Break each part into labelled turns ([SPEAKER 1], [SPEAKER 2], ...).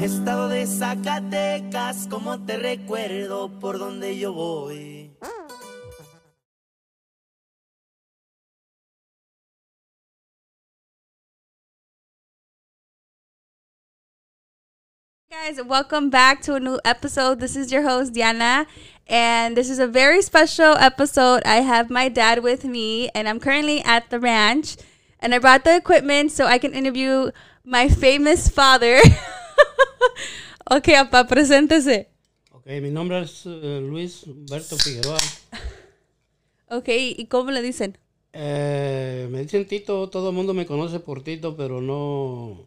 [SPEAKER 1] Estado de Zacatecas, como te recuerdo por donde yo voy.
[SPEAKER 2] guys, welcome back to a new episode. This is your host, Diana, and this is a very special episode. I have my dad with me, and I'm currently at the ranch, and I brought the equipment so I can interview my famous father. okay, apa, preséntese.
[SPEAKER 3] Ok, mi nombre es eh, Luis Humberto Figueroa.
[SPEAKER 2] Okay, ¿y cómo le dicen?
[SPEAKER 3] Eh, me dicen Tito, todo el mundo me conoce por Tito, pero no...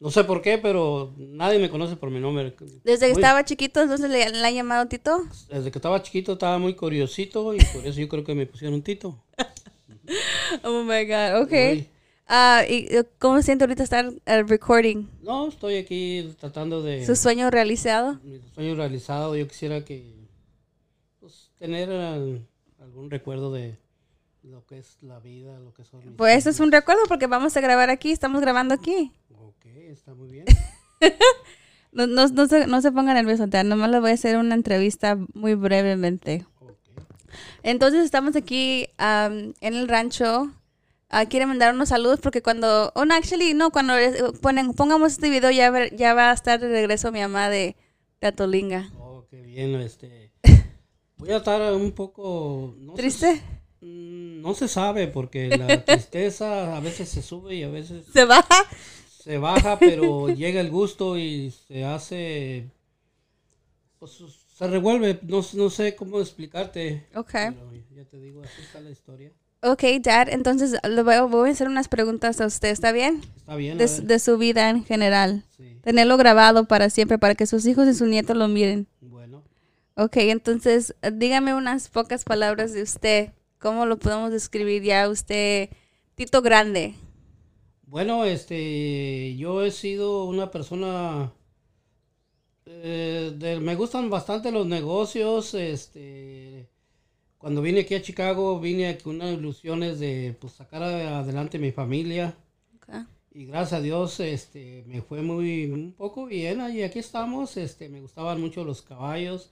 [SPEAKER 3] No sé por qué, pero nadie me conoce por mi nombre.
[SPEAKER 2] Desde que
[SPEAKER 3] Muy-
[SPEAKER 2] estaba chiquito, entonces le, le han llamado Tito.
[SPEAKER 3] Desde que estaba chiquito estaba muy curiosito y por eso yo creo que me pusieron Tito.
[SPEAKER 2] Oh my God, okay.
[SPEAKER 3] Uy.
[SPEAKER 2] Ah, ¿y eh, cómo siente ahorita estar eh, recording?
[SPEAKER 3] No, estoy aquí tratando de...
[SPEAKER 2] ¿Su sueño realizado?
[SPEAKER 3] Mi sueño realizado, yo quisiera que... pues, tener eh, algún recuerdo de lo que es la vida, lo que son... mis-
[SPEAKER 2] Pues eso es un recuerdo porque vamos a grabar aquí, estamos grabando aquí.
[SPEAKER 3] Ok, está muy bien.
[SPEAKER 2] No, no, no se, no se ponga nervioso, Tea, nomás le voy a hacer una entrevista muy brevemente.
[SPEAKER 3] Ok.
[SPEAKER 2] Entonces estamos aquí am, en el rancho. Ah, quiere mandar unos saludos porque cuando, oh no, actually, no, cuando eh, ponen, pongamos este video ya, ver- ya va a estar de regreso mi mamá de Tatolinga.
[SPEAKER 3] Oh, qué bien, este. Voy a estar un poco. No se-
[SPEAKER 2] ¿Triste?
[SPEAKER 3] mm, no se sabe, porque la tristeza a veces se sube y a veces
[SPEAKER 2] ¿Se baja?
[SPEAKER 3] se baja, pero llega el gusto y se hace. pues, se revuelve. No, no sé cómo explicarte.
[SPEAKER 2] Ok.
[SPEAKER 3] pero ya te digo, así está la historia.
[SPEAKER 2] Ok, Dad, entonces le voy, a- voy a hacer unas preguntas a usted, ¿está bien?
[SPEAKER 3] Está bien, a
[SPEAKER 2] De,
[SPEAKER 3] ver,
[SPEAKER 2] de su vida en general.
[SPEAKER 3] sí,
[SPEAKER 2] Tenerlo grabado para siempre, para que sus hijos y sus nietos lo miren.
[SPEAKER 3] Bueno,
[SPEAKER 2] Ok, entonces eh, dígame unas pocas palabras de usted. ¿Cómo lo podemos describir ya usted, Tito Grande?
[SPEAKER 3] bueno, este. Yo he sido una persona. eh, de- me gustan bastante los negocios, este, cuando vine aquí a Chicago vine con unas ilusiones de pues, sacar a- adelante mi familia
[SPEAKER 2] Ok.
[SPEAKER 3] y gracias a Dios este, me fue muy un poco bien y aquí estamos, este, me gustaban mucho los caballos,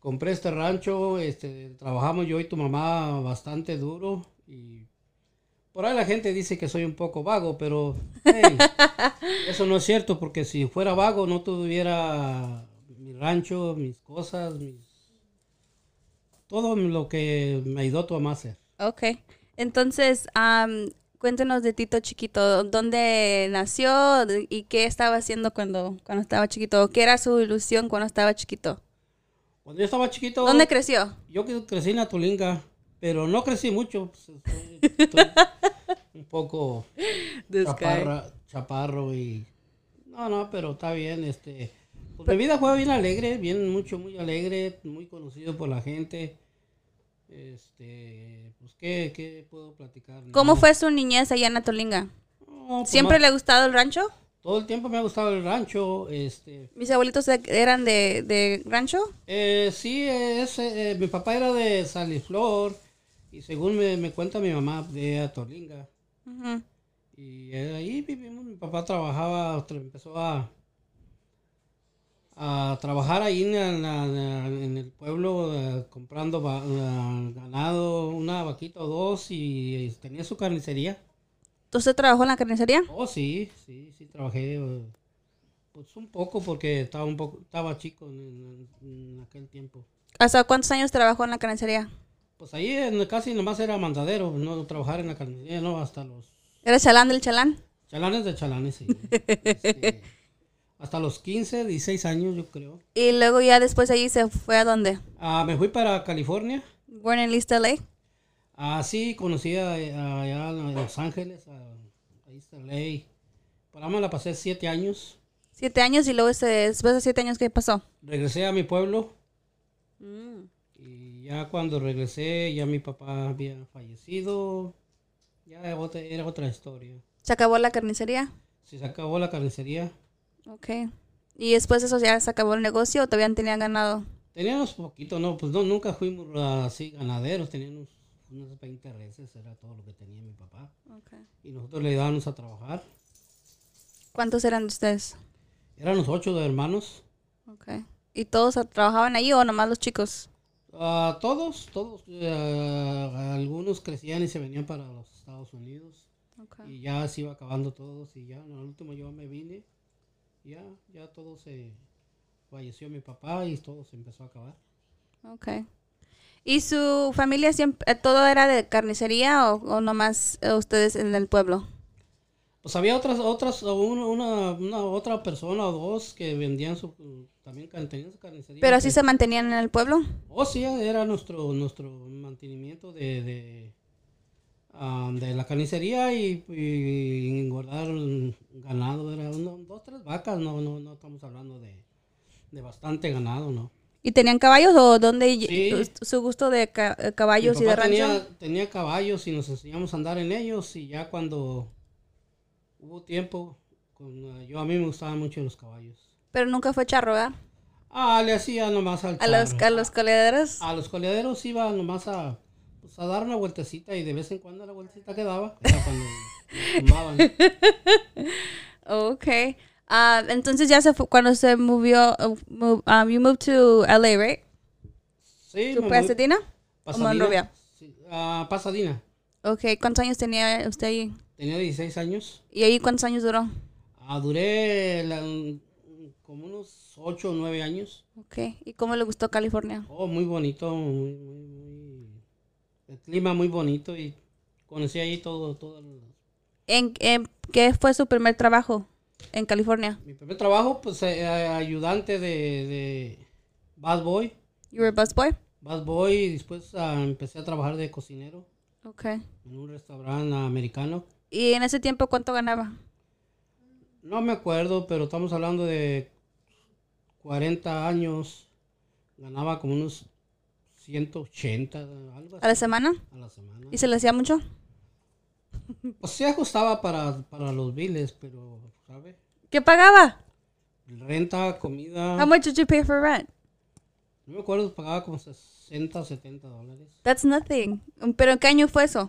[SPEAKER 3] compré este rancho, este, trabajamos yo y tu mamá bastante duro y por ahí la gente dice que soy un poco vago, pero hey, eso no es cierto porque si fuera vago no tuviera mi rancho, mis cosas, mis- todo lo que me ayudó tu mamá a hacer.
[SPEAKER 2] Ok, entonces am, cuéntenos de Tito chiquito. ¿Dónde nació de- y qué estaba haciendo cuando, cuando estaba chiquito? ¿O ¿Qué era su ilusión cuando estaba chiquito?
[SPEAKER 3] Cuando yo estaba chiquito...
[SPEAKER 2] ¿Dónde creció?
[SPEAKER 3] Yo que- crecí en Atolinga, pero no crecí mucho. pues, estoy- estoy un poco chaparra- chaparro y... No, no, pero está bien. Este, pues, mi vida fue bien alegre, bien mucho, muy alegre, muy conocido por la gente. Este, pues, ¿qué, qué puedo platicar?
[SPEAKER 2] ¿Cómo
[SPEAKER 3] Nada.
[SPEAKER 2] fue su niñez allá en Atolinga?
[SPEAKER 3] No, pues,
[SPEAKER 2] ¿Siempre
[SPEAKER 3] más-
[SPEAKER 2] le ha gustado el rancho?
[SPEAKER 3] Todo el tiempo me ha gustado el rancho, este,
[SPEAKER 2] ¿Mis abuelitos e- eran de, de rancho?
[SPEAKER 3] Eh, sí, es, eh, mi papá era de Saliflor y según me, me cuenta mi mamá de Atolinga.
[SPEAKER 2] Ujú.
[SPEAKER 3] Y eh, ahí vivimos, mi papá trabajaba, tra- empezó a, a trabajar ahí en, la- en la- en el pueblo eh, comprando va- eh, ganado, una vaquita o dos y, eh, tenía su carnicería.
[SPEAKER 2] ¿Usted trabajó en la carnicería?
[SPEAKER 3] Oh, sí, sí, sí, trabajé eh, pues un poco porque estaba un poco, estaba chico en- en- en aquel tiempo.
[SPEAKER 2] ¿Hasta cuántos años trabajó en la carnicería?
[SPEAKER 3] Pues ahí en- casi nomás era mandadero, no trabajar en la carnicería, no, hasta los
[SPEAKER 2] ¿Era chalán del chalán?
[SPEAKER 3] chalanes de chalanes, sí. Este, hasta los 15, 16 años, yo creo.
[SPEAKER 2] Y luego ya después allí se fue a dónde?
[SPEAKER 3] Ah, me fui para California,
[SPEAKER 2] Born in East LA.
[SPEAKER 3] así conocí a, a- allá en Los Ángeles, a, a East LA. Por ahí me la pasé 7 años.
[SPEAKER 2] Siete años y luego se- después de siete años, ¿qué pasó?
[SPEAKER 3] Regresé a mi pueblo y ya cuando regresé, ya mi papá había fallecido. Ya era otra- era otra historia.
[SPEAKER 2] Se acabó la carnicería.
[SPEAKER 3] Se acabó la carnicería.
[SPEAKER 2] Ok. Y después de eso ya se acabó el negocio o todavía no tenían ganado.
[SPEAKER 3] Teníamos poquito, no, pues no, nunca fuimos ah, así ganaderos, teníamos unas 20 reses, era todo lo que tenía mi papá. Y nosotros le dábamos a trabajar.
[SPEAKER 2] ¿Cuántos eran de ustedes?
[SPEAKER 3] Éramos ocho de hermanos.
[SPEAKER 2] Okay. ¿Y todos trabajaban ahí o nomás los chicos?
[SPEAKER 3] Ah, todos, todos. ah, algunos crecían y se venían para los Estados Unidos.
[SPEAKER 2] Okay.
[SPEAKER 3] Y ya se iba acabando todos y ya, en el último yo me vine. Ya, ya todo se... Falleció mi papá y todo se empezó a acabar.
[SPEAKER 2] okay. ¿Y su familia siempre, eh, todo era de carnicería o, o nomás eh, ustedes en el pueblo?
[SPEAKER 3] Pues había otras, otras, una, una, una otra persona o dos que vendían su, también can- tenían su carnicería.
[SPEAKER 2] ¿Pero así
[SPEAKER 3] que-
[SPEAKER 2] se mantenían en el pueblo?
[SPEAKER 3] Oh, sí, era nuestro, nuestro mantenimiento de, de, ah, de la carnicería y, y engordar ganado. Era uno, dos, tres vacas, no, no, no estamos hablando de, de bastante ganado, ¿no?
[SPEAKER 2] ¿Y tenían caballos o dónde ll-
[SPEAKER 3] Sí.
[SPEAKER 2] tu- su gusto de ca- eh,
[SPEAKER 3] Mi
[SPEAKER 2] caballos y de
[SPEAKER 3] papá
[SPEAKER 2] rancho?
[SPEAKER 3] Tenía, tenía caballos y nos enseñamos a andar en ellos y ya cuando hubo tiempo, con, ah, yo a mí me gustaban mucho los caballos.
[SPEAKER 2] Pero nunca fue charro, ¿verdad?
[SPEAKER 3] Ah, le hacía nomás al
[SPEAKER 2] A los,
[SPEAKER 3] charro. Ah.
[SPEAKER 2] a los coleaderos.
[SPEAKER 3] A los coleaderos iba nomás a, pues, a dar una vueltecita y de vez en cuando la vueltecita quedaba. Era cuando tomaban.
[SPEAKER 2] Ok. Ah, entonces ya se fue cuando se movió, uh, move- um, you moved to LA, right?
[SPEAKER 3] Sí,
[SPEAKER 2] ¿Tu
[SPEAKER 3] me moví-
[SPEAKER 2] Pasadena?
[SPEAKER 3] Pasadena.
[SPEAKER 2] Monrovia?
[SPEAKER 3] Sí, ah, Pasadena.
[SPEAKER 2] Ok, ¿cuántos años tenía usted ahí?
[SPEAKER 3] Tenía 16 años.
[SPEAKER 2] ¿Y ahí cuántos años duró?
[SPEAKER 3] Ah, duré la- como unos 8 o 9 años.
[SPEAKER 2] Ok, ¿y cómo le gustó California?
[SPEAKER 3] Oh, muy bonito, muy, muy, muy- El clima muy bonito y conocí ahí todo, todo el-
[SPEAKER 2] ¿En, en qué fue su primer trabajo en California?
[SPEAKER 3] Mi primer trabajo, pues, eh, ayudante de, de Bad Boy.
[SPEAKER 2] You were a busboy?
[SPEAKER 3] Bad Boy y después ah, empecé a trabajar de cocinero
[SPEAKER 2] Ok.
[SPEAKER 3] en un restaurante americano.
[SPEAKER 2] ¿Y en ese tiempo cuánto ganaba?
[SPEAKER 3] No me acuerdo, pero estamos hablando de 40 años. Ganaba como unos 180, algo
[SPEAKER 2] ¿A
[SPEAKER 3] así
[SPEAKER 2] la semana?
[SPEAKER 3] a la semana.
[SPEAKER 2] ¿Y se le hacía mucho?
[SPEAKER 3] Pues se ajustaba para, para los biles, pero, ¿sabe?
[SPEAKER 2] ¿Qué pagaba?
[SPEAKER 3] Renta, comida.
[SPEAKER 2] How much did you pay for rent?
[SPEAKER 3] No me acuerdo, pagaba como 60 o 70 dólares.
[SPEAKER 2] That's nothing. ¿Pero en qué año fue eso?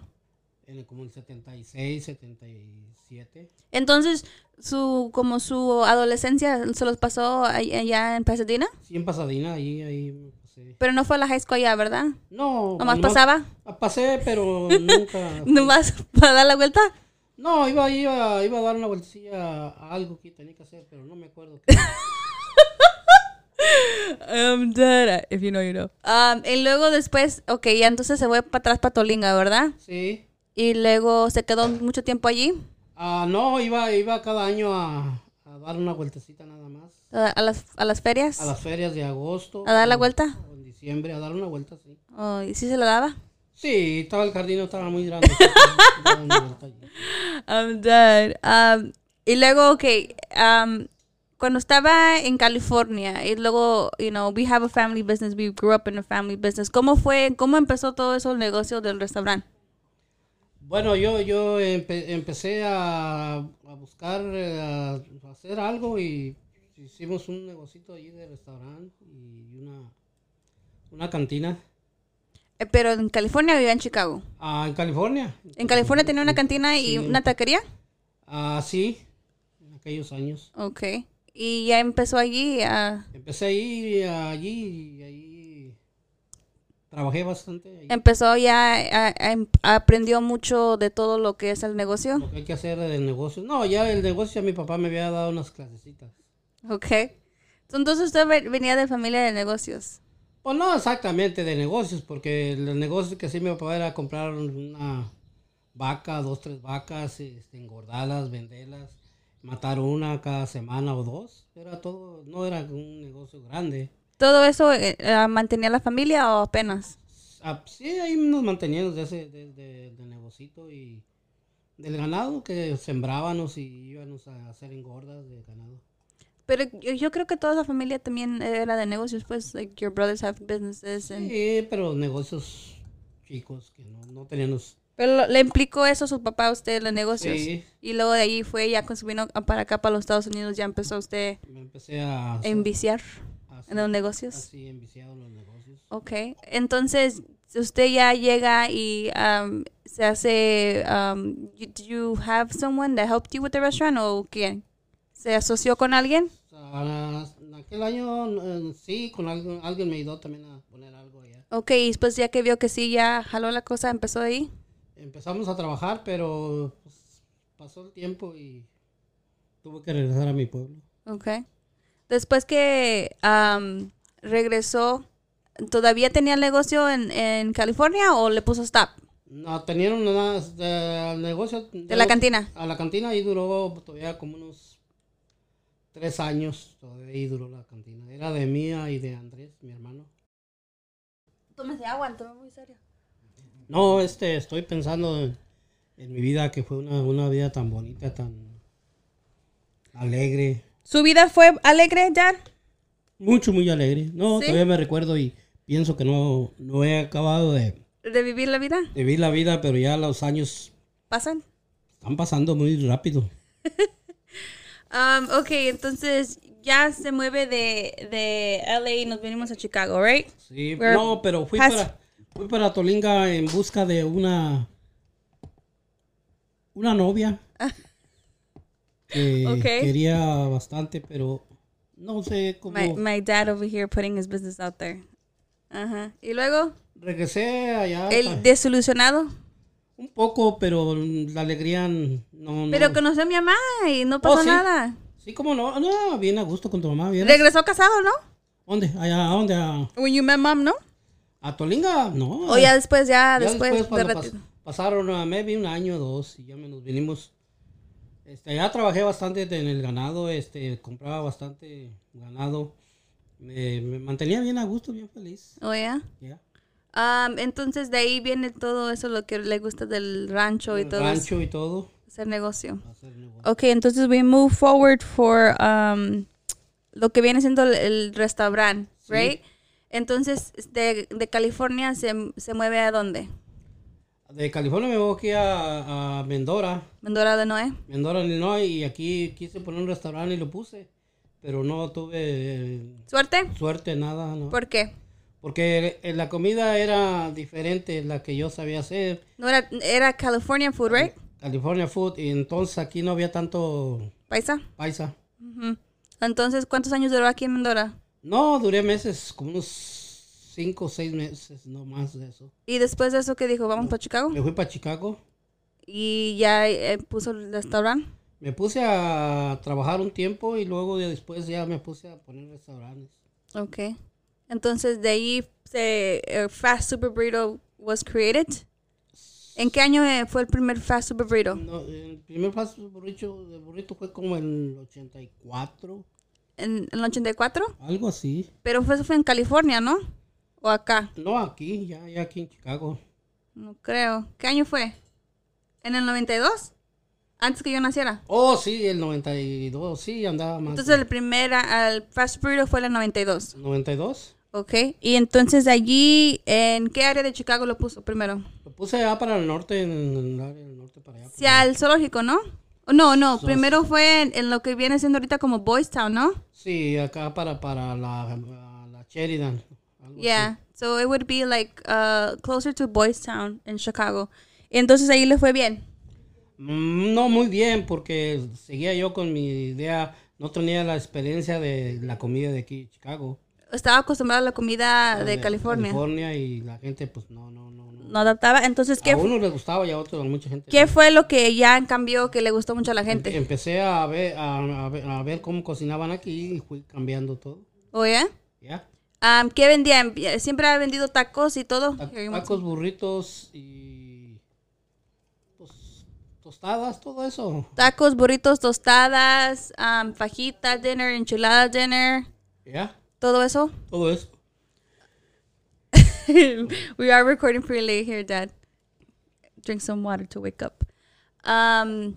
[SPEAKER 3] En el- como el 76, 77.
[SPEAKER 2] Entonces, su como su adolescencia se los pasó ahí- allá en Pasadena,
[SPEAKER 3] 100 pasadina, ahí, ahí me pasé.
[SPEAKER 2] pero no fue a la high school allá, ¿verdad?
[SPEAKER 3] No,
[SPEAKER 2] Nomás
[SPEAKER 3] nomás-
[SPEAKER 2] pasaba,
[SPEAKER 3] Ah, Pasé, pero nunca.
[SPEAKER 2] nomás para dar la vuelta.
[SPEAKER 3] No, iba, iba, iba a dar una vueltecilla a algo que tenía que hacer, pero no me acuerdo. qué.
[SPEAKER 2] I'm dead, Um, if you know, you know. Um, y luego después, ok, ya entonces se fue para atrás para Tolinga, ¿verdad?
[SPEAKER 3] Sí.
[SPEAKER 2] Y luego se quedó mucho tiempo allí,
[SPEAKER 3] Ah, no, iba, iba cada año a, a dar una vueltecita nada más.
[SPEAKER 2] a, a las, a las ferias,
[SPEAKER 3] A Mm. las ferias de agosto.
[SPEAKER 2] a dar la vuelta.
[SPEAKER 3] o en diciembre, a dar una vuelta, sí.
[SPEAKER 2] Oh, ¿Y sí se la daba?
[SPEAKER 3] Sí, estaba el jardín, no estaba muy grande. entonces, daba una vuelta allí.
[SPEAKER 2] I'm dead. Um, y luego, ok, um, cuando estaba en California, y luego, you know, we have a family business, we grew up in a family business. ¿Cómo fue, cómo empezó todo eso el negocio del restaurante?
[SPEAKER 3] Bueno, yo, yo empe- empecé a, a buscar, eh, a hacer algo y hicimos un negocito allí de restaurante y una, una cantina.
[SPEAKER 2] Eh, Pero en California vivía en Chicago.
[SPEAKER 3] Ah, en California.
[SPEAKER 2] ¿En California tenía una cantina y una taquería?
[SPEAKER 3] Ah, sí, en aquellos años.
[SPEAKER 2] Ok. Y ya empezó allí a...
[SPEAKER 3] Empecé a ir allí y ahí trabajé bastante. ahí.
[SPEAKER 2] Empezó ya, a- a- em- aprendió mucho de todo lo que es el negocio.
[SPEAKER 3] Lo que hay que hacer del negocio. No, ya el negocio mi papá me había dado unas clasecitas.
[SPEAKER 2] Ok. Entonces usted ve- venía de familia de negocios.
[SPEAKER 3] Pues no exactamente de negocios, porque el negocio que sí me papá era comprar una vaca, dos, tres vacas, este, engordarlas, venderlas, matar una cada semana o dos. Era todo, no era un negocio grande.
[SPEAKER 2] ¿Todo eso eh, eh, mantenía la familia o apenas?
[SPEAKER 3] Ah, sí, ahí nos manteníamos de ese de, de- del negocito y del ganado que sembrábamos y íbamos a hacer engordas de ganado.
[SPEAKER 2] Pero yo, yo creo que toda la familia también era de negocios, pues, like your brothers have businesses. and-
[SPEAKER 3] Sí, pero negocios chicos que no, no teníamos.
[SPEAKER 2] Pero lo- le implicó eso a su papá a usted, los negocios.
[SPEAKER 3] Sí.
[SPEAKER 2] Y luego de ahí fue ya cuando se vino a- para acá, para los Estados Unidos, ya empezó usted
[SPEAKER 3] Me empecé a,
[SPEAKER 2] a enviciar
[SPEAKER 3] a
[SPEAKER 2] en los negocios.
[SPEAKER 3] así enviciado en los negocios.
[SPEAKER 2] Ok, entonces usted ya llega y um, se hace, um, you, do you have someone that helped you with the restaurant o quién? ¿Se asoció con alguien?
[SPEAKER 3] O sea, ah, en aquel año eh, sí, con alguien, alguien me ayudó también a poner algo allá.
[SPEAKER 2] Ok, y después ya que vio que sí, ya jaló la cosa, empezó ahí.
[SPEAKER 3] Empezamos a trabajar, pero pues, pasó el tiempo y tuve que regresar a mi pueblo.
[SPEAKER 2] Ok. Después que am, regresó, ¿todavía tenía el negocio en, en California o le puso stop
[SPEAKER 3] No, tenían una, de- el negocio...
[SPEAKER 2] de la cantina?
[SPEAKER 3] A la cantina ahí duró todavía como unos tres años, todavía ahí duró la cantina. Era de mía y de Andrés, mi hermano.
[SPEAKER 2] Tómese agua, tome muy serio.
[SPEAKER 3] No, este, estoy pensando en, en mi vida, que fue una, una vida tan bonita, tan alegre.
[SPEAKER 2] ¿Su vida fue alegre, Dad?
[SPEAKER 3] Mucho, muy alegre. No,
[SPEAKER 2] ¿Sí?
[SPEAKER 3] todavía me recuerdo y pienso que no, no he acabado de
[SPEAKER 2] ¿De vivir la vida?
[SPEAKER 3] de vivir la vida, pero ya los años
[SPEAKER 2] ¿Pasan?
[SPEAKER 3] están pasando muy rápido.
[SPEAKER 2] Um, ok, entonces ya se mueve de, de LA y nos venimos a Chicago, ¿right?
[SPEAKER 3] Sí,
[SPEAKER 2] We're
[SPEAKER 3] no, pero fui
[SPEAKER 2] past-
[SPEAKER 3] para, fui para Tolinga en busca de una una novia que
[SPEAKER 2] Ah. Ok.
[SPEAKER 3] quería bastante, pero no sé cómo.
[SPEAKER 2] My, my dad over here putting his business out there. Ajá. Y luego,
[SPEAKER 3] Regresé allá
[SPEAKER 2] el
[SPEAKER 3] Ah, pa-
[SPEAKER 2] desilusionado.
[SPEAKER 3] un poco, pero la alegría no. no.
[SPEAKER 2] Pero conoció a mi mamá y no pasó
[SPEAKER 3] Mm. Oh, sí.
[SPEAKER 2] nada.
[SPEAKER 3] Sí, como no, no, bien a gusto con tu mamá, bien.
[SPEAKER 2] Regresó casado, ¿no?
[SPEAKER 3] ¿Dónde? Allá, ¿a dónde? ¿A,
[SPEAKER 2] When you met mom, ¿no?
[SPEAKER 3] a Tolinga? No.
[SPEAKER 2] O ya después, ya,
[SPEAKER 3] Mm. Ya
[SPEAKER 2] después, de
[SPEAKER 3] cuando
[SPEAKER 2] ratito.
[SPEAKER 3] pas- pasaron a maybe un año o dos y ya me nos vinimos. Este, ya trabajé bastante en el ganado, este, compraba bastante ganado. Me, me mantenía bien a gusto, bien feliz.
[SPEAKER 2] Oh, yeah.
[SPEAKER 3] ya.
[SPEAKER 2] Um, entonces de ahí viene todo eso lo que le gusta del rancho y
[SPEAKER 3] El
[SPEAKER 2] todo
[SPEAKER 3] rancho y todo.
[SPEAKER 2] ese negocio.
[SPEAKER 3] hacer negocio.
[SPEAKER 2] Ok, entonces we move forward for um, lo que viene siendo el, el restaurante, right? Entonces de, de California se, se mueve a dónde?
[SPEAKER 3] De California me voy aquí a, a Mendora,
[SPEAKER 2] Mendora de Noé.
[SPEAKER 3] Mendora, Illinois, y aquí quise poner un restaurante y lo puse, pero no tuve eh,
[SPEAKER 2] Suerte.
[SPEAKER 3] suerte, nada. ¿no?
[SPEAKER 2] ¿Por qué?
[SPEAKER 3] Porque eh, la comida era diferente, la que yo sabía hacer.
[SPEAKER 2] No era, era California food, right?
[SPEAKER 3] California Food y entonces aquí no había tanto
[SPEAKER 2] Paisa.
[SPEAKER 3] paisa.
[SPEAKER 2] Ujú. Entonces, ¿cuántos años duró aquí en Mendora?
[SPEAKER 3] No, duré meses, como unos cinco o seis meses, no más de eso.
[SPEAKER 2] Y después de eso que dijo, vamos para Chicago.
[SPEAKER 3] Me fui para Chicago,
[SPEAKER 2] Y ya eh, puso el restaurante.
[SPEAKER 3] me puse a trabajar un tiempo y luego de- después ya me puse a poner restaurantes.
[SPEAKER 2] Ok. Entonces, de ahí se, eh, Fast Super Burrito was created. ¿En qué año eh, fue el primer Fast Super Burrito?
[SPEAKER 3] No, el primer paso de burrito, de burrito fue como en el 84,
[SPEAKER 2] En, en el 84.
[SPEAKER 3] algo así.
[SPEAKER 2] Pero fue- eso fue en California, ¿no? ¿O acá?
[SPEAKER 3] No aquí, ya, ya aquí en Chicago.
[SPEAKER 2] No creo. ¿Qué año fue? ¿En el 92? Antes que yo naciera.
[SPEAKER 3] Oh, sí, el 92, sí, andaba más.
[SPEAKER 2] Entonces, el primer ah, el Fast Burrito fue en el 92.
[SPEAKER 3] ¿92?
[SPEAKER 2] Ok. Y entonces, allí, ¿en qué área de Chicago lo puso primero?
[SPEAKER 3] Lo puse allá para el norte, en el área del norte para allá.
[SPEAKER 2] Sí, al zoológico, ¿no? No, no. Primero fue en, en lo que viene siendo ahorita como Boys Town, ¿no?
[SPEAKER 3] Sí, acá para, para la, la Sheridan. algo así.
[SPEAKER 2] Yeah, so it would be like uh, closer to Boys Town in Chicago. Entonces ahí le fue bien.
[SPEAKER 3] Mm, No muy bien, porque seguía yo con mi idea. No tenía la experiencia de la comida de aquí, Chicago.
[SPEAKER 2] Estaba acostumbrado a la comida de California.
[SPEAKER 3] Ah, California y la gente, pues no, no, no. no.
[SPEAKER 2] No adaptaba. Entonces, ¿qué,
[SPEAKER 3] a uno le gustaba y a otro, a mucha gente.
[SPEAKER 2] ¿qué fue lo que ya cambió que le gustó mucho a la gente?
[SPEAKER 3] Empecé a ver, a, a ver, a ver cómo cocinaban aquí y fui cambiando todo.
[SPEAKER 2] Oye,
[SPEAKER 3] ¿Ya?
[SPEAKER 2] Oh, um, ¿qué vendían? Siempre ha vendido tacos y todo.
[SPEAKER 3] Ta-
[SPEAKER 2] Here, you want
[SPEAKER 3] Tacos, burritos y pues, tostadas, todo eso.
[SPEAKER 2] some- Tacos, burritos, tostadas, um, fajita dinner, enchilada dinner,
[SPEAKER 3] ¿Ya?
[SPEAKER 2] todo eso.
[SPEAKER 3] Todo eso.
[SPEAKER 2] we are recording pretty late here, Dad. Drink some water to wake up. Um,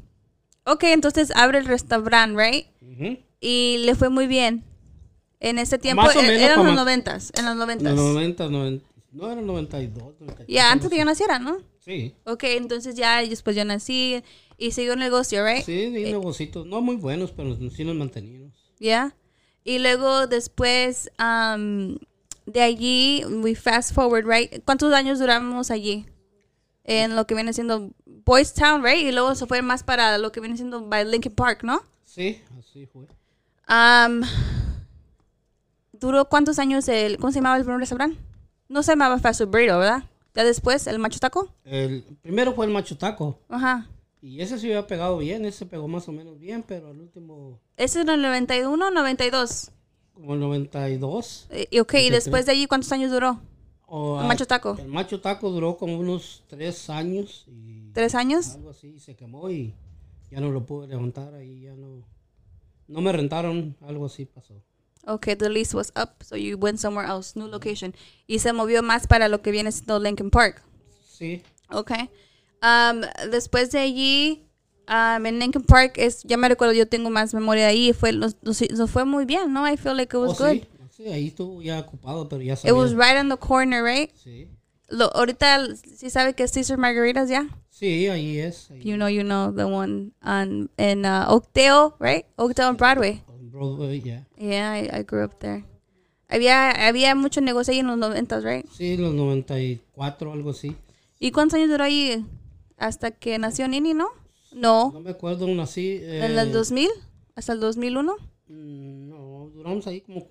[SPEAKER 2] ok, entonces abre el restaurante, right?
[SPEAKER 3] Ujú.
[SPEAKER 2] Y le fue muy bien. En ese tiempo,
[SPEAKER 3] Más o
[SPEAKER 2] e-
[SPEAKER 3] menos,
[SPEAKER 2] eran
[SPEAKER 3] como-
[SPEAKER 2] los noventas, en los
[SPEAKER 3] No,
[SPEAKER 2] noventas.
[SPEAKER 3] 90, 90, no era 92, 93.
[SPEAKER 2] Ya, antes que yo naciera, ¿no?
[SPEAKER 3] Sí,
[SPEAKER 2] Ok, entonces ya, y después yo nací y siguió el negocio, right?
[SPEAKER 3] sí, y negocios, no muy buenos, pero sí nos manteníamos.
[SPEAKER 2] Yeah. Y luego después, um, de allí, we fast forward, right? ¿Cuántos años duramos allí? En lo que viene siendo Boys Town, right? Y luego se fue más para lo que viene siendo by Lincoln Park, ¿no?
[SPEAKER 3] Sí, así fue.
[SPEAKER 2] Am, Um, ¿Duró cuántos años el. ¿Cómo se llamaba el primer restaurante? No se llamaba Fast Food Burrito, ¿verdad? Ya después, el Macho Taco.
[SPEAKER 3] El primero fue el Machutaco.
[SPEAKER 2] Ajá.
[SPEAKER 3] Y ese se había pegado bien, ese pegó más o menos bien, pero al último,
[SPEAKER 2] Ese es el 91 92.
[SPEAKER 3] como el 92.
[SPEAKER 2] Eh, Y, ok, y después de allí, ¿cuántos años duró?
[SPEAKER 3] O
[SPEAKER 2] El Macho Taco.
[SPEAKER 3] El Macho Taco duró como unos tres años y
[SPEAKER 2] ¿Tres años?
[SPEAKER 3] algo así, se quemó y ya no lo pude levantar ahí, ya no. No me rentaron, algo así pasó.
[SPEAKER 2] Ok, the lease was up, so you went somewhere else, new location. Y se movió más para lo que viene siendo Lincoln Park.
[SPEAKER 3] Sí,
[SPEAKER 2] Ok. Um, después de allí, um, en Lincoln Park, es, ya me recuerdo, yo tengo más memoria de ahí. Fue, nos, nos- nos fue muy bien, ¿no? I feel like it
[SPEAKER 3] Oh,
[SPEAKER 2] was good.
[SPEAKER 3] sí. Sí, ahí estuvo ya ocupado, pero ya
[SPEAKER 2] It
[SPEAKER 3] sabía.
[SPEAKER 2] was right on the corner, right?
[SPEAKER 3] Sí.
[SPEAKER 2] Lo, ahorita, ¿sí sabe que es Caesar Margaritas, ya?
[SPEAKER 3] Sí, ahí es. ahí
[SPEAKER 2] You know, you know, the one on, in uh, Oakdale, right? Oakdale and Broadway.
[SPEAKER 3] en Broadway, ya.
[SPEAKER 2] Yeah, I, I grew up there. Había, había mucho negocio ahí en los noventas, right?
[SPEAKER 3] Sí, los 94, algo así.
[SPEAKER 2] ¿Y cuántos años duró ahí? Hasta que nació Nini, ¿no? No.
[SPEAKER 3] No me acuerdo aún así. Eh,
[SPEAKER 2] ¿En los 2000? ¿Hasta el 2001?
[SPEAKER 3] mm, No, duramos ahí como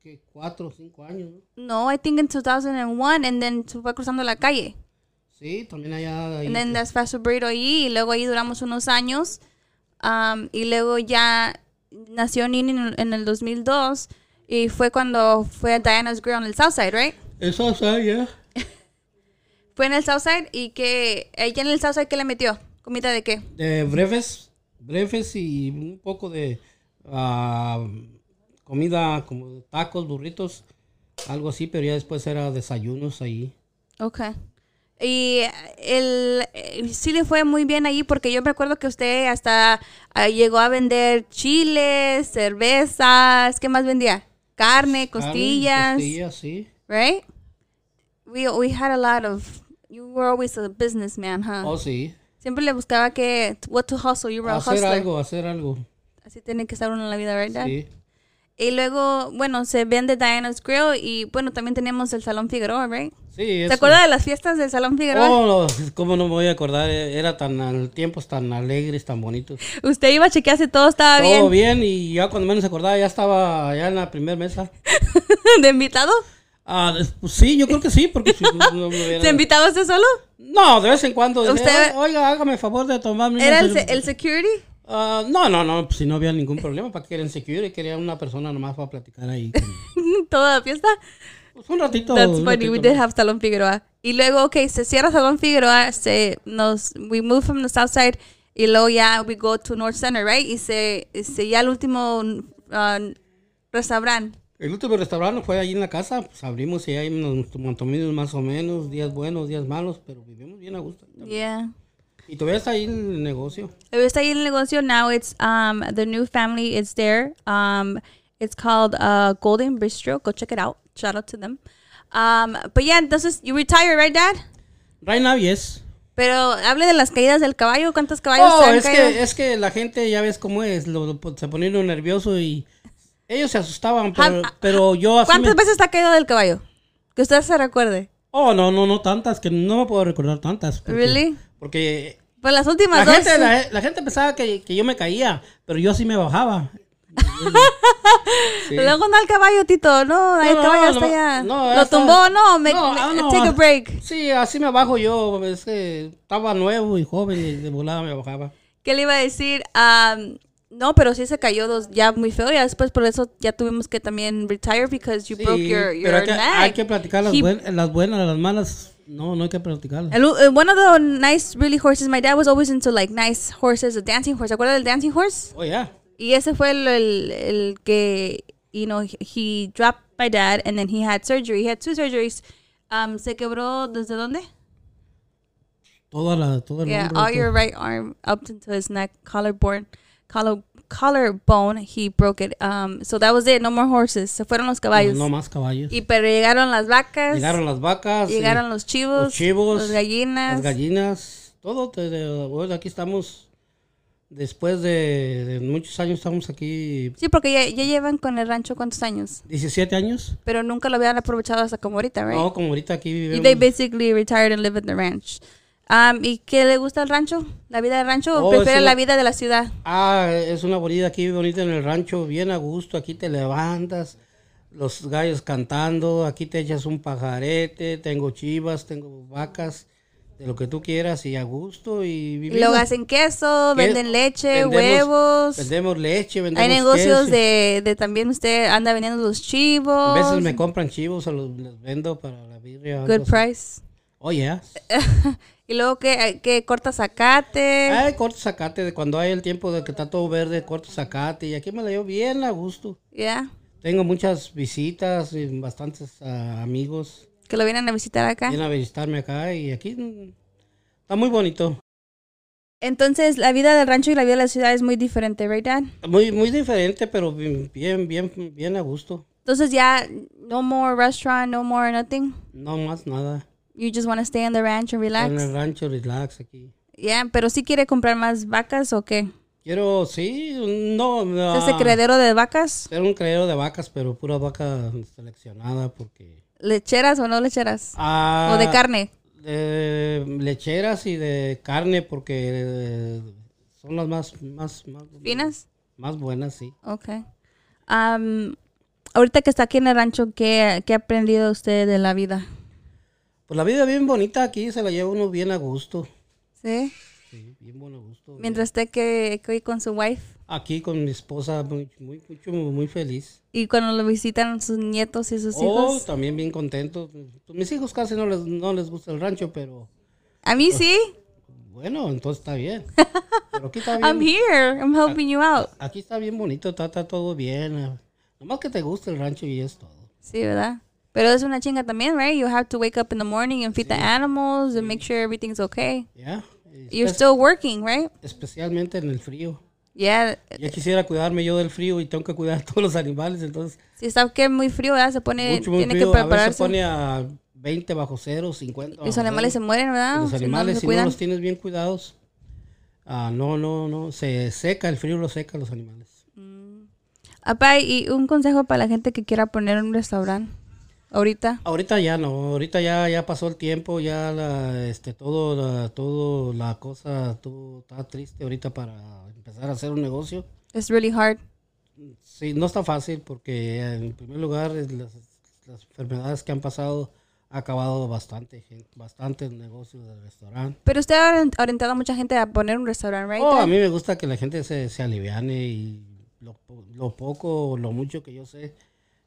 [SPEAKER 3] que 4 o 5 años, ¿no?
[SPEAKER 2] No, I think in 2001, and then se fue cruzando la calle.
[SPEAKER 3] Sí, también allá. ahí,
[SPEAKER 2] And then
[SPEAKER 3] pues,
[SPEAKER 2] that's Fast Food Burrito ahí, y luego ahí duramos unos años. Um, y luego ya nació Nini en- en el 2002, y fue cuando fue a Diana's Grill en el Southside, right?
[SPEAKER 3] Eso es allá.
[SPEAKER 2] Fue en el Southside, y que ella en el Southside, ¿qué le metió? ¿Comida de qué?
[SPEAKER 3] De breves, breves y un poco de ah, comida como tacos, burritos, algo así, pero ya después era desayunos ahí.
[SPEAKER 2] Ok. Y el, eh, sí le fue muy bien allí porque yo me acuerdo que usted hasta ah, llegó a vender chiles, cervezas, ¿qué más vendía? Carne, costillas,
[SPEAKER 3] Carne, Costillas, sí.
[SPEAKER 2] right? We, we had a lot of, you were always a businessman, huh?
[SPEAKER 3] Oh, sí.
[SPEAKER 2] Siempre le buscaba que, what to hustle, you were a
[SPEAKER 3] Hacer
[SPEAKER 2] hustler.
[SPEAKER 3] algo, hacer algo.
[SPEAKER 2] Así tiene que estar uno en la vida, ¿verdad?
[SPEAKER 3] Sí.
[SPEAKER 2] Y luego, bueno, se vende Diana's Grill y bueno, también tenemos el Salón Figueroa, right?
[SPEAKER 3] Sí,
[SPEAKER 2] ¿Se
[SPEAKER 3] eso.
[SPEAKER 2] acuerda de las fiestas del Salón Figueroa?
[SPEAKER 3] Oh, no, cómo no me voy a acordar, era tan al- tiempos tan alegres, tan bonitos.
[SPEAKER 2] Usted iba a chequear si todo estaba
[SPEAKER 3] Todo
[SPEAKER 2] bien
[SPEAKER 3] bien y ya cuando menos acordaba ya estaba allá en la primera mesa.
[SPEAKER 2] de invitado.
[SPEAKER 3] Ah, pues sí, yo creo que sí, porque si no, no me hubiera-
[SPEAKER 2] ¿Se invitaba usted solo?
[SPEAKER 3] No, de vez en cuando. decía,
[SPEAKER 2] ¿Usted-
[SPEAKER 3] "Oiga, Oiga, hágame favor de tomarme.
[SPEAKER 2] ¿Era
[SPEAKER 3] una
[SPEAKER 2] el,
[SPEAKER 3] cerve-".
[SPEAKER 2] se- el security?
[SPEAKER 3] Ah, no, no, no, pues si no había ningún problema. ¿Para qué eran security? Quería una persona nomás para platicar ahí. con-
[SPEAKER 2] Toda la fiesta.
[SPEAKER 3] Pues un ratito.
[SPEAKER 2] That's
[SPEAKER 3] un
[SPEAKER 2] funny, we
[SPEAKER 3] ratito
[SPEAKER 2] did have Salón Figueroa. Y luego, ok, se cierra Salón Figueroa, se nos, we move from the south side y luego ya we go to North Center, right? Y se, y se ya el último uh, restaurante.
[SPEAKER 3] El último restaurante fue allí en la casa, pues abrimos y ahí nos mantuvimos más o menos, días buenos, días malos, pero vivimos bien a gusto.
[SPEAKER 2] Yeah.
[SPEAKER 3] Y todavía está ahí el negocio.
[SPEAKER 2] Está ahí el negocio. Now it's um the new family is there. Um, it's called uh Golden Bistro. Go check it out. Shout out to them. Um, but yeah, entonces you retire, right, Dad?
[SPEAKER 3] Right now, yes.
[SPEAKER 2] Pero hable de las caídas del caballo. ¿Cuántos caballos
[SPEAKER 3] Oh,
[SPEAKER 2] se han
[SPEAKER 3] es
[SPEAKER 2] caído?
[SPEAKER 3] que, es que la gente ya ves cómo es, lo- lo- se ponieron nervioso y ellos se asustaban, pero,
[SPEAKER 2] Ah, ah,
[SPEAKER 3] pero yo así
[SPEAKER 2] ¿Cuántas
[SPEAKER 3] me-
[SPEAKER 2] veces está caído del caballo? Que usted se recuerde.
[SPEAKER 3] Oh, no, no, no tantas, que no me puedo recordar tantas. Porque,
[SPEAKER 2] Really?
[SPEAKER 3] Porque
[SPEAKER 2] Pues las últimas
[SPEAKER 3] la
[SPEAKER 2] dos.
[SPEAKER 3] gente, la, la gente pensaba que, que yo me caía, pero yo sí me bajaba. Sí.
[SPEAKER 2] Luego no al caballo, Tito. No, el caballo está
[SPEAKER 3] no,
[SPEAKER 2] ya.
[SPEAKER 3] no,
[SPEAKER 2] Lo
[SPEAKER 3] esa-
[SPEAKER 2] tumbó, no. me-
[SPEAKER 3] no,
[SPEAKER 2] me-
[SPEAKER 3] ah, no,
[SPEAKER 2] take a
[SPEAKER 3] ah,
[SPEAKER 2] break.
[SPEAKER 3] Sí, así me bajo yo. es que estaba nuevo y joven y de volada me bajaba.
[SPEAKER 2] ¿Qué le iba a decir? Am, no, pero sí se cayó dos, ya muy feo. Ya después por eso ya tuvimos que también retire because you
[SPEAKER 3] Sí,
[SPEAKER 2] broke your, your
[SPEAKER 3] pero hay que,
[SPEAKER 2] neck.
[SPEAKER 3] hay que platicar las,
[SPEAKER 2] He-
[SPEAKER 3] buen- las buenas, las malas. No, no hay que platicarlas.
[SPEAKER 2] El u- eh, one of the nice, really horses. My dad was always into like nice horses, a dancing horse. ¿Se acuerda del dancing horse?
[SPEAKER 3] Oh, ya.
[SPEAKER 2] Y ese fue el, el, el que, you know, he, he dropped my dad and then he had surgery. He had two surgeries. Um, se quebró desde dónde?
[SPEAKER 3] Toda la, todo el
[SPEAKER 2] Yeah,
[SPEAKER 3] hombro,
[SPEAKER 2] all
[SPEAKER 3] todo.
[SPEAKER 2] your right arm up into his neck, collarbone, collar collarbone. He broke it. Um, so that was it. No more horses. Se fueron los caballos.
[SPEAKER 3] No, no más caballos.
[SPEAKER 2] Y pero llegaron las vacas.
[SPEAKER 3] Llegaron las vacas. eh,
[SPEAKER 2] llegaron los chivos.
[SPEAKER 3] los chivos,
[SPEAKER 2] Las gallinas.
[SPEAKER 3] Las gallinas, todo. te- de- bueno, aquí estamos. Después de, de muchos años, estamos aquí
[SPEAKER 2] sí, porque ya, ya llevan con el rancho cuántos años.
[SPEAKER 3] 17 años.
[SPEAKER 2] Pero nunca lo habían aprovechado hasta como ahorita, right?
[SPEAKER 3] No, como ahorita aquí
[SPEAKER 2] Y
[SPEAKER 3] vivimos.
[SPEAKER 2] they basically retired and live at the ranch. Um, ¿Y qué le gusta el rancho? ¿La vida del rancho o
[SPEAKER 3] Oh,
[SPEAKER 2] prefiere
[SPEAKER 3] sí.
[SPEAKER 2] la vida de la ciudad?
[SPEAKER 3] Ah, es una bonita aquí, bonita en el rancho, bien a gusto. Aquí te levantas, los gallos cantando, aquí te echas un pajarete, tengo chivas, tengo vacas, de lo que tú quieras y a gusto y
[SPEAKER 2] Y
[SPEAKER 3] vivimos.
[SPEAKER 2] Luego hacen queso,
[SPEAKER 3] ¿Qué?
[SPEAKER 2] venden leche,
[SPEAKER 3] Vendemos-
[SPEAKER 2] huevos.
[SPEAKER 3] Vendemos leche, vendemos
[SPEAKER 2] Hay negocios
[SPEAKER 3] queso.
[SPEAKER 2] de, de también usted anda vendiendo los
[SPEAKER 3] A
[SPEAKER 2] chivos.
[SPEAKER 3] veces me compran chivos, se los les vendo para la birria. algo
[SPEAKER 2] Good
[SPEAKER 3] así.
[SPEAKER 2] price.
[SPEAKER 3] Oh, yes.
[SPEAKER 2] Y luego que, eh, que corta zacate.
[SPEAKER 3] Ay, corto zacate, de cuando hay el tiempo de que está todo verde, corto zacate. Y aquí me la llevo bien a gusto.
[SPEAKER 2] ya.
[SPEAKER 3] Tengo muchas visitas y bastantes ah, amigos.
[SPEAKER 2] Que lo vienen a visitar acá.
[SPEAKER 3] Vienen a visitarme acá y aquí mm, está muy bonito.
[SPEAKER 2] Entonces, la vida del rancho y la vida de la ciudad es muy diferente, ¿right, Dad?
[SPEAKER 3] Muy, muy diferente, pero bien, bien, bien, bien a gusto.
[SPEAKER 2] Entonces, ya, no more restaurant, no more nothing.
[SPEAKER 3] No más nada.
[SPEAKER 2] You just want to stay in the ranch and relax.
[SPEAKER 3] En el rancho, relax aquí.
[SPEAKER 2] Yeah, pero si quiere comprar más vacas o qué?
[SPEAKER 3] Quiero, sí, no.
[SPEAKER 2] ¿Es ese
[SPEAKER 3] ah,
[SPEAKER 2] criadero de vacas?
[SPEAKER 3] Ser un criadero de vacas, pero pura vaca seleccionada porque...
[SPEAKER 2] ¿Lecheras o no lecheras?
[SPEAKER 3] Ah,
[SPEAKER 2] ¿O de carne?
[SPEAKER 3] de lecheras y de carne porque eh, son las más, más, más,
[SPEAKER 2] ¿Finas?
[SPEAKER 3] más buenas, sí.
[SPEAKER 2] Ok. Am, ahorita que está aquí en el rancho, ¿qué, qué ha aprendido usted de la vida?
[SPEAKER 3] Pues la vida bien bonita aquí, se la lleva uno bien a gusto.
[SPEAKER 2] ¿Sí?
[SPEAKER 3] Sí, bien buen a gusto.
[SPEAKER 2] Mientras esté que, que hoy con su wife
[SPEAKER 3] Aquí con mi esposa, muy, muy, mucho, muy feliz.
[SPEAKER 2] y cuando lo visitan sus nietos y sus
[SPEAKER 3] Oh,
[SPEAKER 2] hijos.
[SPEAKER 3] también bien contento. Pues Mis hijos casi no les, no les gusta el rancho, pero
[SPEAKER 2] A mí sí.
[SPEAKER 3] bueno, entonces está bien. Pero aquí está bien.
[SPEAKER 2] I'm here. I'm helping you out.
[SPEAKER 3] Aquí está bien bonito, está, está todo bien. eh. Nomás que te gusta el rancho y es todo.
[SPEAKER 2] Sí, ¿verdad? Pero es una chinga también, right? You have to wake up in the morning and feed the animals and make sure everything's okay.
[SPEAKER 3] ¿Ya?
[SPEAKER 2] You're
[SPEAKER 3] Espe-
[SPEAKER 2] still working, right?
[SPEAKER 3] Especialmente en el frío.
[SPEAKER 2] Yeah.
[SPEAKER 3] Ya quisiera cuidarme yo del frío y tengo que cuidar a todos los animales, entonces
[SPEAKER 2] Si está que muy frío, ¿verdad? Se pone,
[SPEAKER 3] mucho, muy
[SPEAKER 2] Eh, tiene
[SPEAKER 3] frío.
[SPEAKER 2] que
[SPEAKER 3] a veces
[SPEAKER 2] prepararse.
[SPEAKER 3] pone a 20 bajo cero, 50 bajo
[SPEAKER 2] Los animales se
[SPEAKER 3] cero.
[SPEAKER 2] mueren,
[SPEAKER 3] Y
[SPEAKER 2] ¿verdad?
[SPEAKER 3] Los
[SPEAKER 2] Si no
[SPEAKER 3] animales,
[SPEAKER 2] se
[SPEAKER 3] si no
[SPEAKER 2] cuidan.
[SPEAKER 3] los tienes bien cuidados, ah, no, no, no, se seca, el frío lo seca a los animales.
[SPEAKER 2] Apá, y un consejo para la gente que quiera poner un restaurante ahorita.
[SPEAKER 3] Ahorita ya no, ahorita ya, ya pasó el tiempo, ya la, este, todo, la, todo la cosa todo está triste ahorita para empezar a hacer un negocio.
[SPEAKER 2] It's really hard.
[SPEAKER 3] Sí, no está fácil porque eh, en primer lugar es las, las enfermedades que han pasado ha acabado bastante gente, bastantes negocios del restaurante.
[SPEAKER 2] Pero usted ha orient- orientado a mucha gente a poner un restaurante, right?
[SPEAKER 3] Oh, a mí me gusta que la gente se, se aliviane y lo, po- lo poco o lo mucho que yo sé,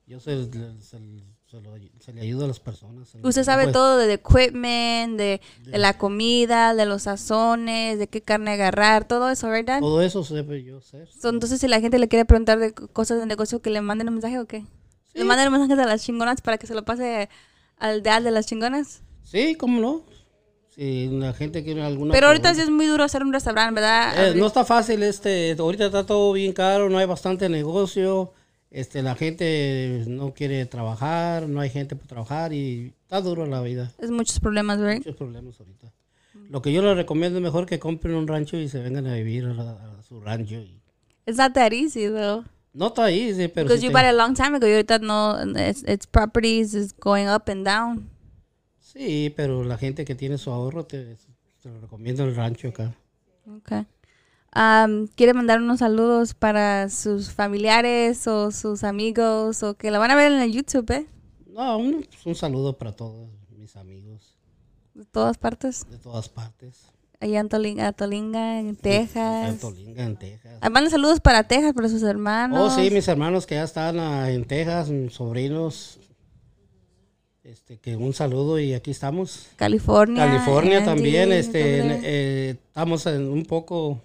[SPEAKER 3] yo se, le- se, le- se lo- se le ayuda a las personas. se le-
[SPEAKER 2] Usted sabe
[SPEAKER 3] pues,
[SPEAKER 2] todo del equipment, de, de la comida, de los sazones, de qué carne agarrar, todo eso, ¿verdad?
[SPEAKER 3] Todo eso sé, pues, yo sé.
[SPEAKER 2] So, entonces, si la gente le quiere preguntar de co- cosas de negocio, que le manden un mensaje o qué? ¿Le manden un mensaje a las chingonas para que se lo pase al dad de las chingonas?
[SPEAKER 3] Sí, cómo no. Si la gente quiere alguna
[SPEAKER 2] Pero ahorita sí
[SPEAKER 3] pregunta.
[SPEAKER 2] es muy duro hacer un restaurante, ¿verdad?
[SPEAKER 3] pues Eh, no está fácil, este, ahorita está todo bien caro, no hay bastante negocio, este, la gente no quiere trabajar, no hay gente para trabajar y está duro la vida,
[SPEAKER 2] Es muchos problemas, ¿verdad?
[SPEAKER 3] muchos problemas ahorita. Lo que yo les recomiendo es mejor que compren un rancho y se vengan a vivir a, la- a su rancho. y-
[SPEAKER 2] It's not that easy, though.
[SPEAKER 3] No está ahí, sí, pero
[SPEAKER 2] Because
[SPEAKER 3] sí
[SPEAKER 2] you
[SPEAKER 3] te-
[SPEAKER 2] bought it a long time ago. Y ahorita no, it's, it's properties is going up and down.
[SPEAKER 3] sí, pero la gente que tiene su ahorro te, te lo recomiendo el rancho acá.
[SPEAKER 2] Okay. Um, ¿Quiere mandar unos saludos para sus familiares o sus amigos o que la van a ver en el YouTube, eh?
[SPEAKER 3] No, un, pues, un saludo para todos mis amigos
[SPEAKER 2] De todas partes.
[SPEAKER 3] de todas partes.
[SPEAKER 2] Allá en Tolinga, Tolinga en Texas.
[SPEAKER 3] En Tolinga, en Texas.
[SPEAKER 2] Ah, Manden saludos para Texas, para sus hermanos.
[SPEAKER 3] Oh, sí, mis hermanos que ya están ah, en Texas, mis sobrinos. Este, que un saludo y aquí estamos.
[SPEAKER 2] California.
[SPEAKER 3] California
[SPEAKER 2] Andy,
[SPEAKER 3] también, este, en-
[SPEAKER 2] Dublin.
[SPEAKER 3] eh, estamos en un poco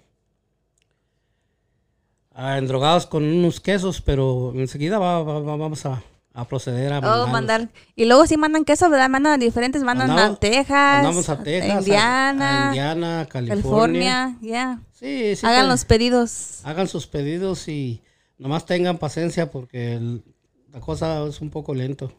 [SPEAKER 3] ah, endrogados con unos quesos, pero enseguida va- va- va- vamos a, a proceder a
[SPEAKER 2] Oh,
[SPEAKER 3] mandarlos.
[SPEAKER 2] mandar. Y luego sí mandan queso, ¿verdad? Mandan a diferentes, mandan a
[SPEAKER 3] Andamos-
[SPEAKER 2] Texas.
[SPEAKER 3] Andamos a Texas, a- a
[SPEAKER 2] Indiana.
[SPEAKER 3] Indiana, California.
[SPEAKER 2] California, ya.
[SPEAKER 3] Sí, sí,
[SPEAKER 2] Hagan
[SPEAKER 3] pues,
[SPEAKER 2] los pedidos.
[SPEAKER 3] hagan sus pedidos y nomás tengan paciencia porque el- la cosa es un poco lento.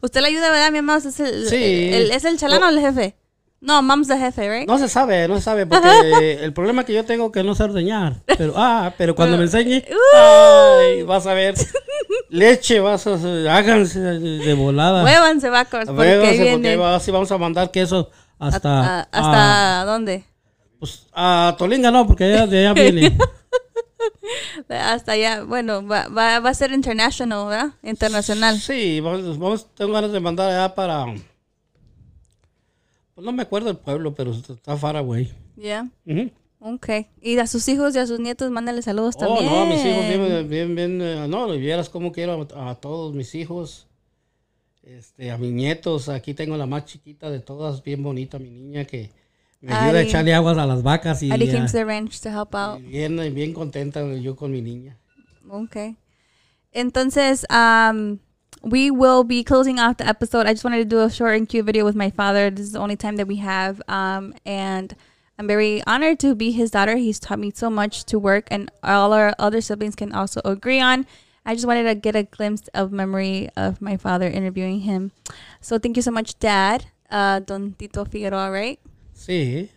[SPEAKER 2] Usted le ayuda, ¿verdad, mi mamá? ¿Usted ¿Es el,
[SPEAKER 3] Sí.
[SPEAKER 2] el- ¿Es el chalán o el jefe? No, mom's the jefe, ¿right?
[SPEAKER 3] No se sabe, no se sabe, porque el problema que yo tengo que no sé ordeñar. Pero, ah, pero cuando me enseñe,
[SPEAKER 2] Uh.
[SPEAKER 3] ay, vas a ver. Leche, vas a hacer- háganse de volada.
[SPEAKER 2] Muévanse, vacuas, porque
[SPEAKER 3] Huévanse,
[SPEAKER 2] ahí
[SPEAKER 3] porque Ah.
[SPEAKER 2] viene.
[SPEAKER 3] va- así vamos a mandar queso
[SPEAKER 2] ¿A-
[SPEAKER 3] hasta,
[SPEAKER 2] a- ¿Hasta dónde?
[SPEAKER 3] pues, a Tolinga, no, porque ella de allá viene.
[SPEAKER 2] Hasta allá. Bueno, va, va, va a ser international, ¿verdad? Internacional.
[SPEAKER 3] Sí, vamos, vamos- tengo ganas de mandar allá para. Pues no me acuerdo el pueblo, pero está far away.
[SPEAKER 2] Yeah.
[SPEAKER 3] Ujú.
[SPEAKER 2] Ok. Y a sus hijos y a sus nietos, mándale saludos
[SPEAKER 3] Oh,
[SPEAKER 2] Pues también.
[SPEAKER 3] no, a mis hijos, bien, bien, bien, eh, no, lo vieras cómo quiero a, a todos mis hijos, este, a mis nietos, aquí tengo la más chiquita de todas, bien bonita, mi niña, que me ayuda a
[SPEAKER 2] Ari.
[SPEAKER 3] echarle aguas a las vacas y
[SPEAKER 2] Ari
[SPEAKER 3] eh,
[SPEAKER 2] came to the ranch to help out.
[SPEAKER 3] bien, bien contenta yo con mi niña.
[SPEAKER 2] Okay. Entonces, um, we will be closing off the episode. I just wanted to do a short and cute video with my father. This is the only time that we have. Um, and I'm very honored to be his daughter. He's taught me so much to work, and all our other siblings can also agree on. I just wanted to get a glimpse of memory of my father interviewing him. So thank you so much, Dad. Uh, Don Tito Figueroa, right?
[SPEAKER 3] Sí,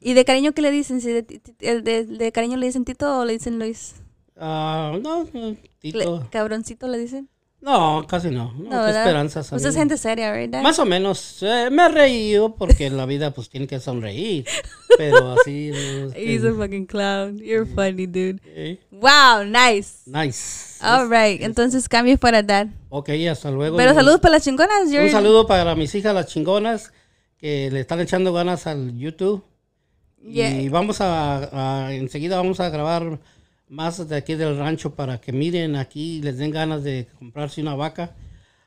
[SPEAKER 2] ¿Y de cariño qué le dicen? Si de, de- de- de cariño le dicen Tito o le dicen Luis?
[SPEAKER 3] ah, no, eh,
[SPEAKER 2] Le-
[SPEAKER 3] Tito,
[SPEAKER 2] cabroncito le dicen.
[SPEAKER 3] no, casi no, no,
[SPEAKER 2] No,
[SPEAKER 3] qué
[SPEAKER 2] ¿verdad?
[SPEAKER 3] esperanzas
[SPEAKER 2] Usted es
[SPEAKER 3] había.
[SPEAKER 2] gente seria, right? Dad?
[SPEAKER 3] Más o menos, eh, me he reído porque en la vida pues tiene que sonreír, pero así, no, es que-
[SPEAKER 2] He's a fucking clown. You're funny, dude.
[SPEAKER 3] eh,
[SPEAKER 2] Wow, nice.
[SPEAKER 3] nice.
[SPEAKER 2] All right. Entonces cambio para dad.
[SPEAKER 3] Ok, hasta luego.
[SPEAKER 2] Ah. Pero
[SPEAKER 3] y-
[SPEAKER 2] saludos para las chingonas. You're,
[SPEAKER 3] Un saludo para mis hijas las chingonas que le están echando ganas al YouTube. Y
[SPEAKER 2] Yeah.
[SPEAKER 3] vamos a, a- enseguida vamos a grabar más de aquí del rancho para que miren aquí y les den ganas de comprarse una vaca,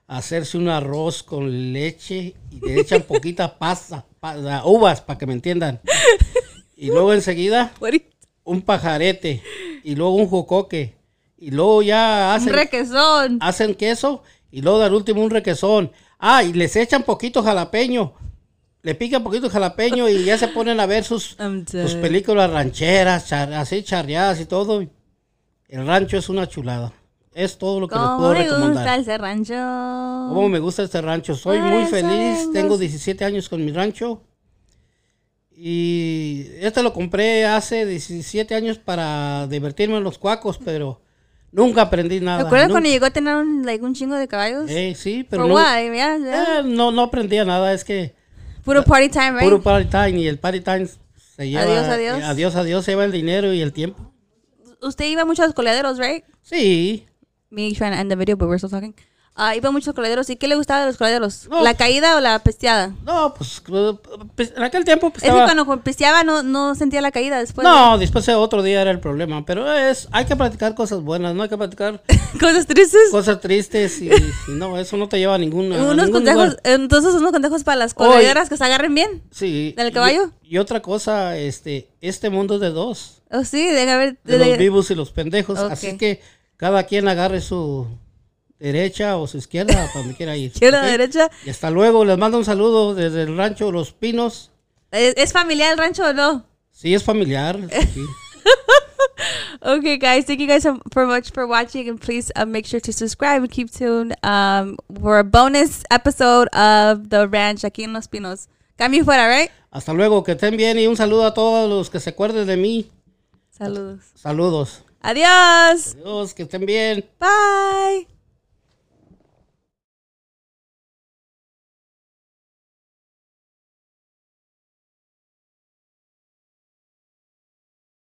[SPEAKER 3] hacerse un arroz con leche y le echan poquita pasta, pa- la- uvas para que me entiendan. Y luego enseguida
[SPEAKER 2] What do you-
[SPEAKER 3] un pajarete y luego un jocoque y luego ya
[SPEAKER 2] Un
[SPEAKER 3] hacen
[SPEAKER 2] requesón.
[SPEAKER 3] hacen queso y luego al último un requesón. Ah, y les echan poquito jalapeño. Le pican poquito jalapeño y ya se ponen a ver sus,
[SPEAKER 2] I'm
[SPEAKER 3] sus
[SPEAKER 2] dead.
[SPEAKER 3] películas rancheras, char- así charreadas y todo. El rancho es una chulada. Es todo lo que les
[SPEAKER 2] Como
[SPEAKER 3] puedo
[SPEAKER 2] me gusta
[SPEAKER 3] recomendar.
[SPEAKER 2] el rancho.
[SPEAKER 3] Cómo me gusta este rancho. Soy
[SPEAKER 2] Para
[SPEAKER 3] muy
[SPEAKER 2] eso
[SPEAKER 3] feliz.
[SPEAKER 2] vengo.
[SPEAKER 3] Tengo 17 años con mi rancho. Y este lo compré hace 17 años para divertirme en los cuacos, pero nunca aprendí nada.
[SPEAKER 2] ¿Recuerdas
[SPEAKER 3] Nunca-
[SPEAKER 2] cuando llegó a tener un, like, un chingo de caballos?
[SPEAKER 3] Eh, sí, pero
[SPEAKER 2] Pero
[SPEAKER 3] no-
[SPEAKER 2] why? Yeah, yeah.
[SPEAKER 3] Eh, no, no aprendía nada, es que
[SPEAKER 2] Puro party time, right?
[SPEAKER 3] puro party time y el party time se lleva.
[SPEAKER 2] Adiós, adiós.
[SPEAKER 3] eh, adiós, adiós, se lleva el dinero y el tiempo.
[SPEAKER 2] Usted iba mucho a los coleaderos, right?
[SPEAKER 3] Sí,
[SPEAKER 2] Me trying to end the video, but we're still talking. Ah, iba mucho a los coleaderos. ¿Y qué le gustaba de los coleaderos?
[SPEAKER 3] No.
[SPEAKER 2] ¿La caída o la pesteada?
[SPEAKER 3] no, pues, eh, pues, en aquel tiempo pues,
[SPEAKER 2] Es que
[SPEAKER 3] estaba-
[SPEAKER 2] cuando pisteaba no, no sentía la caída después.
[SPEAKER 3] No, después de otro día era el problema, pero es, hay que practicar cosas buenas, no hay que practicar
[SPEAKER 2] Cosas tristes.
[SPEAKER 3] cosas tristes y, y no, eso no te lleva a ningún, a
[SPEAKER 2] unos
[SPEAKER 3] ningún
[SPEAKER 2] consejos,
[SPEAKER 3] lugar.
[SPEAKER 2] entonces unos consejos para las
[SPEAKER 3] Hoy-
[SPEAKER 2] corredoras que se agarren bien.
[SPEAKER 3] Sí.
[SPEAKER 2] ¿Del
[SPEAKER 3] y-
[SPEAKER 2] caballo?
[SPEAKER 3] Y, otra cosa, este, este mundo es de dos,
[SPEAKER 2] Oh, sí, deja ver.
[SPEAKER 3] de,
[SPEAKER 2] de-
[SPEAKER 3] los vivos y los pendejos,
[SPEAKER 2] Ok.
[SPEAKER 3] así que cada quien agarre su derecha o su izquierda, para donde quiera ir.
[SPEAKER 2] izquierda
[SPEAKER 3] ¿ok?
[SPEAKER 2] a derecha.
[SPEAKER 3] Y hasta luego, les mando un saludo desde el rancho Los Pinos.
[SPEAKER 2] ¿Es, Eh, es familiar el rancho o no?
[SPEAKER 3] Sí, es familiar. sí.
[SPEAKER 2] Okay, guys, thank you guys so for much for watching, and please uh, make sure to subscribe and keep tuned um, for a bonus episode of the ranch aquí en Los Pinos. Cambio fuera, right?
[SPEAKER 3] Hasta luego, que estén bien y un saludo a todos los que se acuerden de mí.
[SPEAKER 2] Saludos.
[SPEAKER 3] Saludos.
[SPEAKER 2] Adiós.
[SPEAKER 3] Adiós, que estén bien.
[SPEAKER 2] Bye.